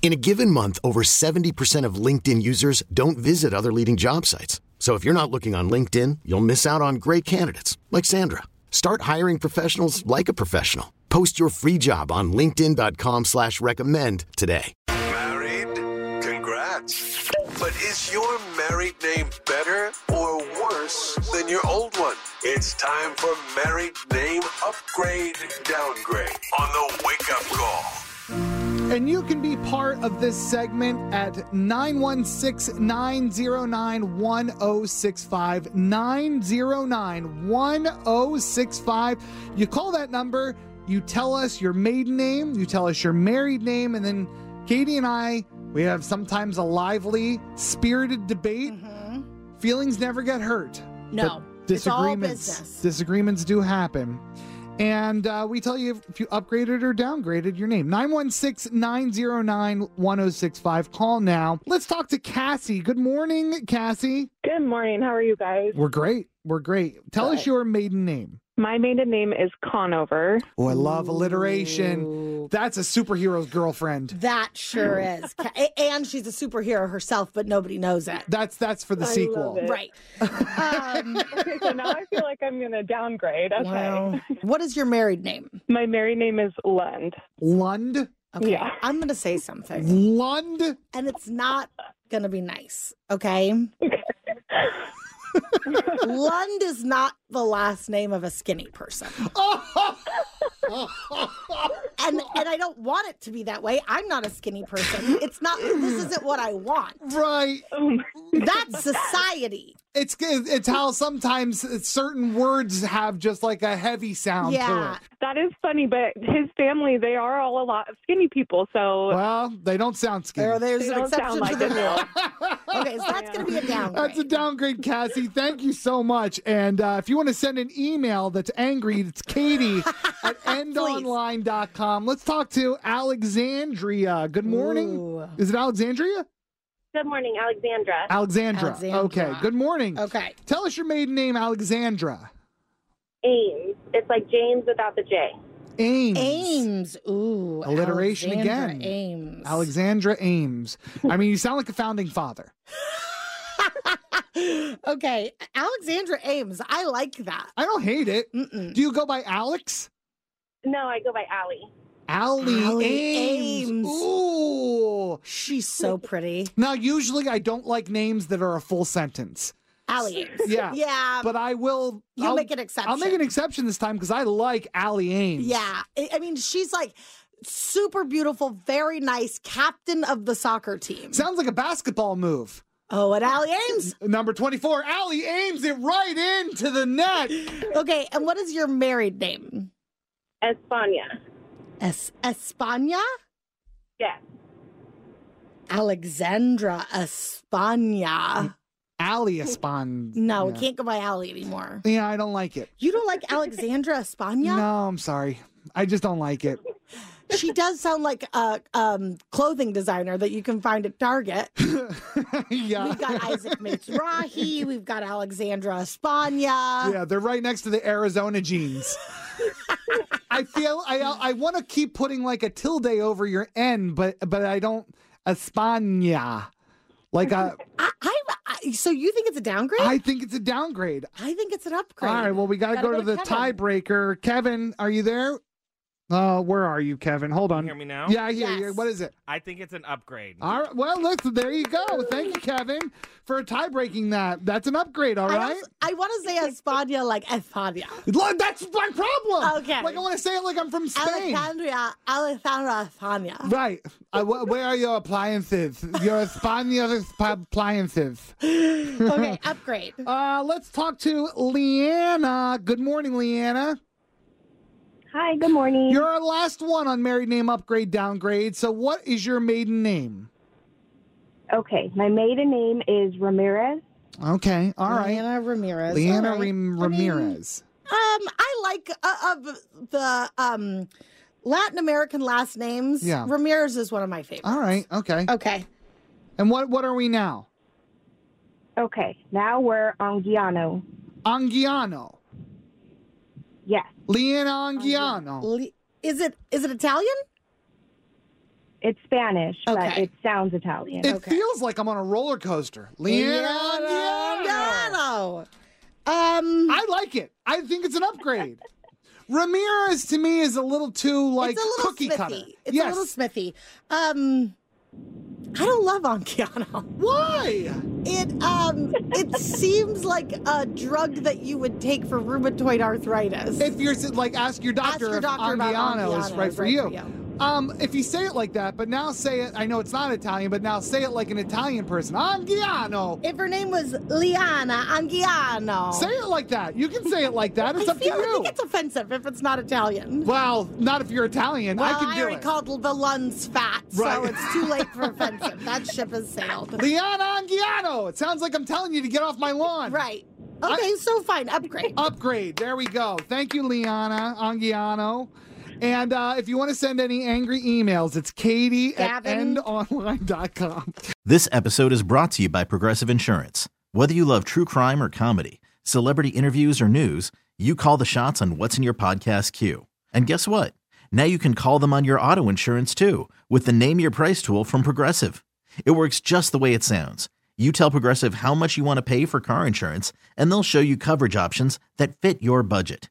In a given month, over 70% of LinkedIn users don't visit other leading job sites. So if you're not looking on LinkedIn, you'll miss out on great candidates like Sandra. Start hiring professionals like a professional. Post your free job on LinkedIn.com slash recommend today. Married? Congrats. But is your married name better or worse than your old one? It's time for Married Name Upgrade Downgrade on the Wake Up Call. And you can be part of this segment at 916 909 1065. 909 1065. You call that number, you tell us your maiden name, you tell us your married name, and then Katie and I, we have sometimes a lively, spirited debate. Feelings never get hurt. No, but it's all disagreements business. disagreements do happen. And uh, we tell you if you upgraded or downgraded your name. 916 909 1065. Call now. Let's talk to Cassie. Good morning, Cassie. Good morning. How are you guys? We're great. We're great. Tell us your maiden name. My maiden name is Conover. Oh, I love alliteration. Ooh. That's a superhero's girlfriend. That sure is. Ca- a- And she's a superhero herself, but nobody knows it. That's that's for the I love sequel. it. Right. Um, Okay, so now I feel like I'm going to downgrade. Okay. wow. What is your married name? My married name is Lund. Lund. Okay. Yeah. I'm going to say something, Lund. and it's not going to be nice. Okay. Lund is not the last name of a skinny person. Oh, And and I don't want it to be that way. I'm not a skinny person. It's not this isn't what I want. right. Oh my- That's society. It's it's how sometimes certain words have just like a heavy sound to yeah. it. that is funny, but his family, they are all a lot of skinny people. So Well, they don't sound There, skinny. there's they an don't exception sound like to the it. rule. Okay, so that's going to be a downgrade. That's a downgrade, Cassie. Thank you so much. And uh, if you want to send an email that's angry, it's Katie at endonline.com. Let's talk to Alexandria. Good morning. Ooh. Is it Alexandria? Good morning, Alexandra. Alexandra. Alexandra. Okay. Good morning. Okay. Tell us your maiden name, Alexandra. Ames. It's like James without the J. Ames. Ames. Ooh. Alliteration Alexandra again. Ames. Alexandra Ames. I mean, you sound like a founding father. okay. Alexandra Ames. I like that. I don't hate it. Mm-mm. Do you go by Alex? No, I go by Allie. Allie, Allie Ames. Ames. Ooh. She's so pretty. Now, usually I don't like names that are a full sentence, Allie Ames. Yeah. Yeah. but I will. Um, You'll I'll, make an exception. I'll make an exception this time because I like Allie Ames. Yeah. I I mean, she's like super beautiful, very nice, captain of the soccer team. Sounds like a basketball move. oh, and Allie Ames. Number 24, Allie Ames it right into the net. Okay. And what is your married name? Espana. Es- Espana? Yes. Alexandra Espana. Allie Espon. No, yeah. we can't go by Allie anymore. Yeah, I don't like it. You don't like Alexandra Espana? No, I'm sorry. I just don't like it. She does sound like a um, clothing designer that you can find at Target. yeah. We've got Isaac Mizrahi. We've got Alexandra Espana. Yeah, they're right next to the Arizona jeans. I feel I I want to keep putting like a tilde over your n, but but I don't España. Like a, I, I, I, so you think it's a downgrade? I, I think it's a downgrade. think it's an upgrade. All right, well we got to Gotta go to the go to Kevin. tiebreaker. Kevin, are you there? Uh, where are you, Kevin? Hold on. Hear me now? Yeah, I hear you. Yes. What is it? I think it's an upgrade. All right. Well, look, there you go. Thank you, Kevin, for tie breaking that. That's an upgrade, all I, right? also- I want to say España like España. Look, that's my problem. Okay. Like, I want to say it like I'm from Spain. Alexandria, Alexandra España. Right. Uh, wh- where are your appliances? Your Spanish appliances. okay, upgrade. Uh, let's talk to Leanna. Good morning, Leanna. Hi, good morning. You're our last one on married name upgrade downgrade. So, what is your maiden name? okay, my maiden name is Ramirez. Okay. All right. Leanna Ramirez. Leanna All right. Ram- I mean, Ramirez. Um, I like uh, of the um Latin American last names. Yeah. Oh. Ramirez is one of my favorites. All right. Okay. Okay. And what what are we now? Okay, now we're on Guiano. Angiano. Yes, Leanna Angiano. Le- is it is it Italian? it's Spanish, but Okay. it sounds Italian. It Okay. feels like I'm on a roller coaster. Leanna Angiano. Italiano. Um, I like it. I think it's an upgrade. Ramirez to me is a little too like it's a little cookie smithy. cutter. It's yes. a little smithy. Um, I don't love Angiano. Why? It um, it seems like a drug that you would take for rheumatoid arthritis. If you're s- like ask your doctor, your if doctor about Angiano is Angiano right is for right you. for you. Um, if you say it like that, but now say it. I know it's not Italian, but now say it like an Italian person. Angiano. if her name was Liana Angiano, Say it like that. You can say it like that. It's I up feel to I you. think it's offensive if it's not Italian. well, not if you're Italian. well, I can do already it. called the lungs fat, Right. so it's too late for offensive. That ship has sailed. Leon Angiano. It sounds like I'm telling you to get off my lawn. Right. Okay, so fine. Upgrade. Upgrade. There we go. Thank you, Liana Angiano. And uh, if you want to send any angry emails, it's katie Gavin. at endonline.com. This episode is brought to you by Progressive Insurance. Whether you love true crime or comedy, celebrity interviews or news, you call the shots on what's in your podcast queue. And guess what? Now you can call them on your auto insurance too with the Name Your Price tool from Progressive. It works just the way it sounds. You tell Progressive how much you want to pay for car insurance, and they'll show you coverage options that fit your budget.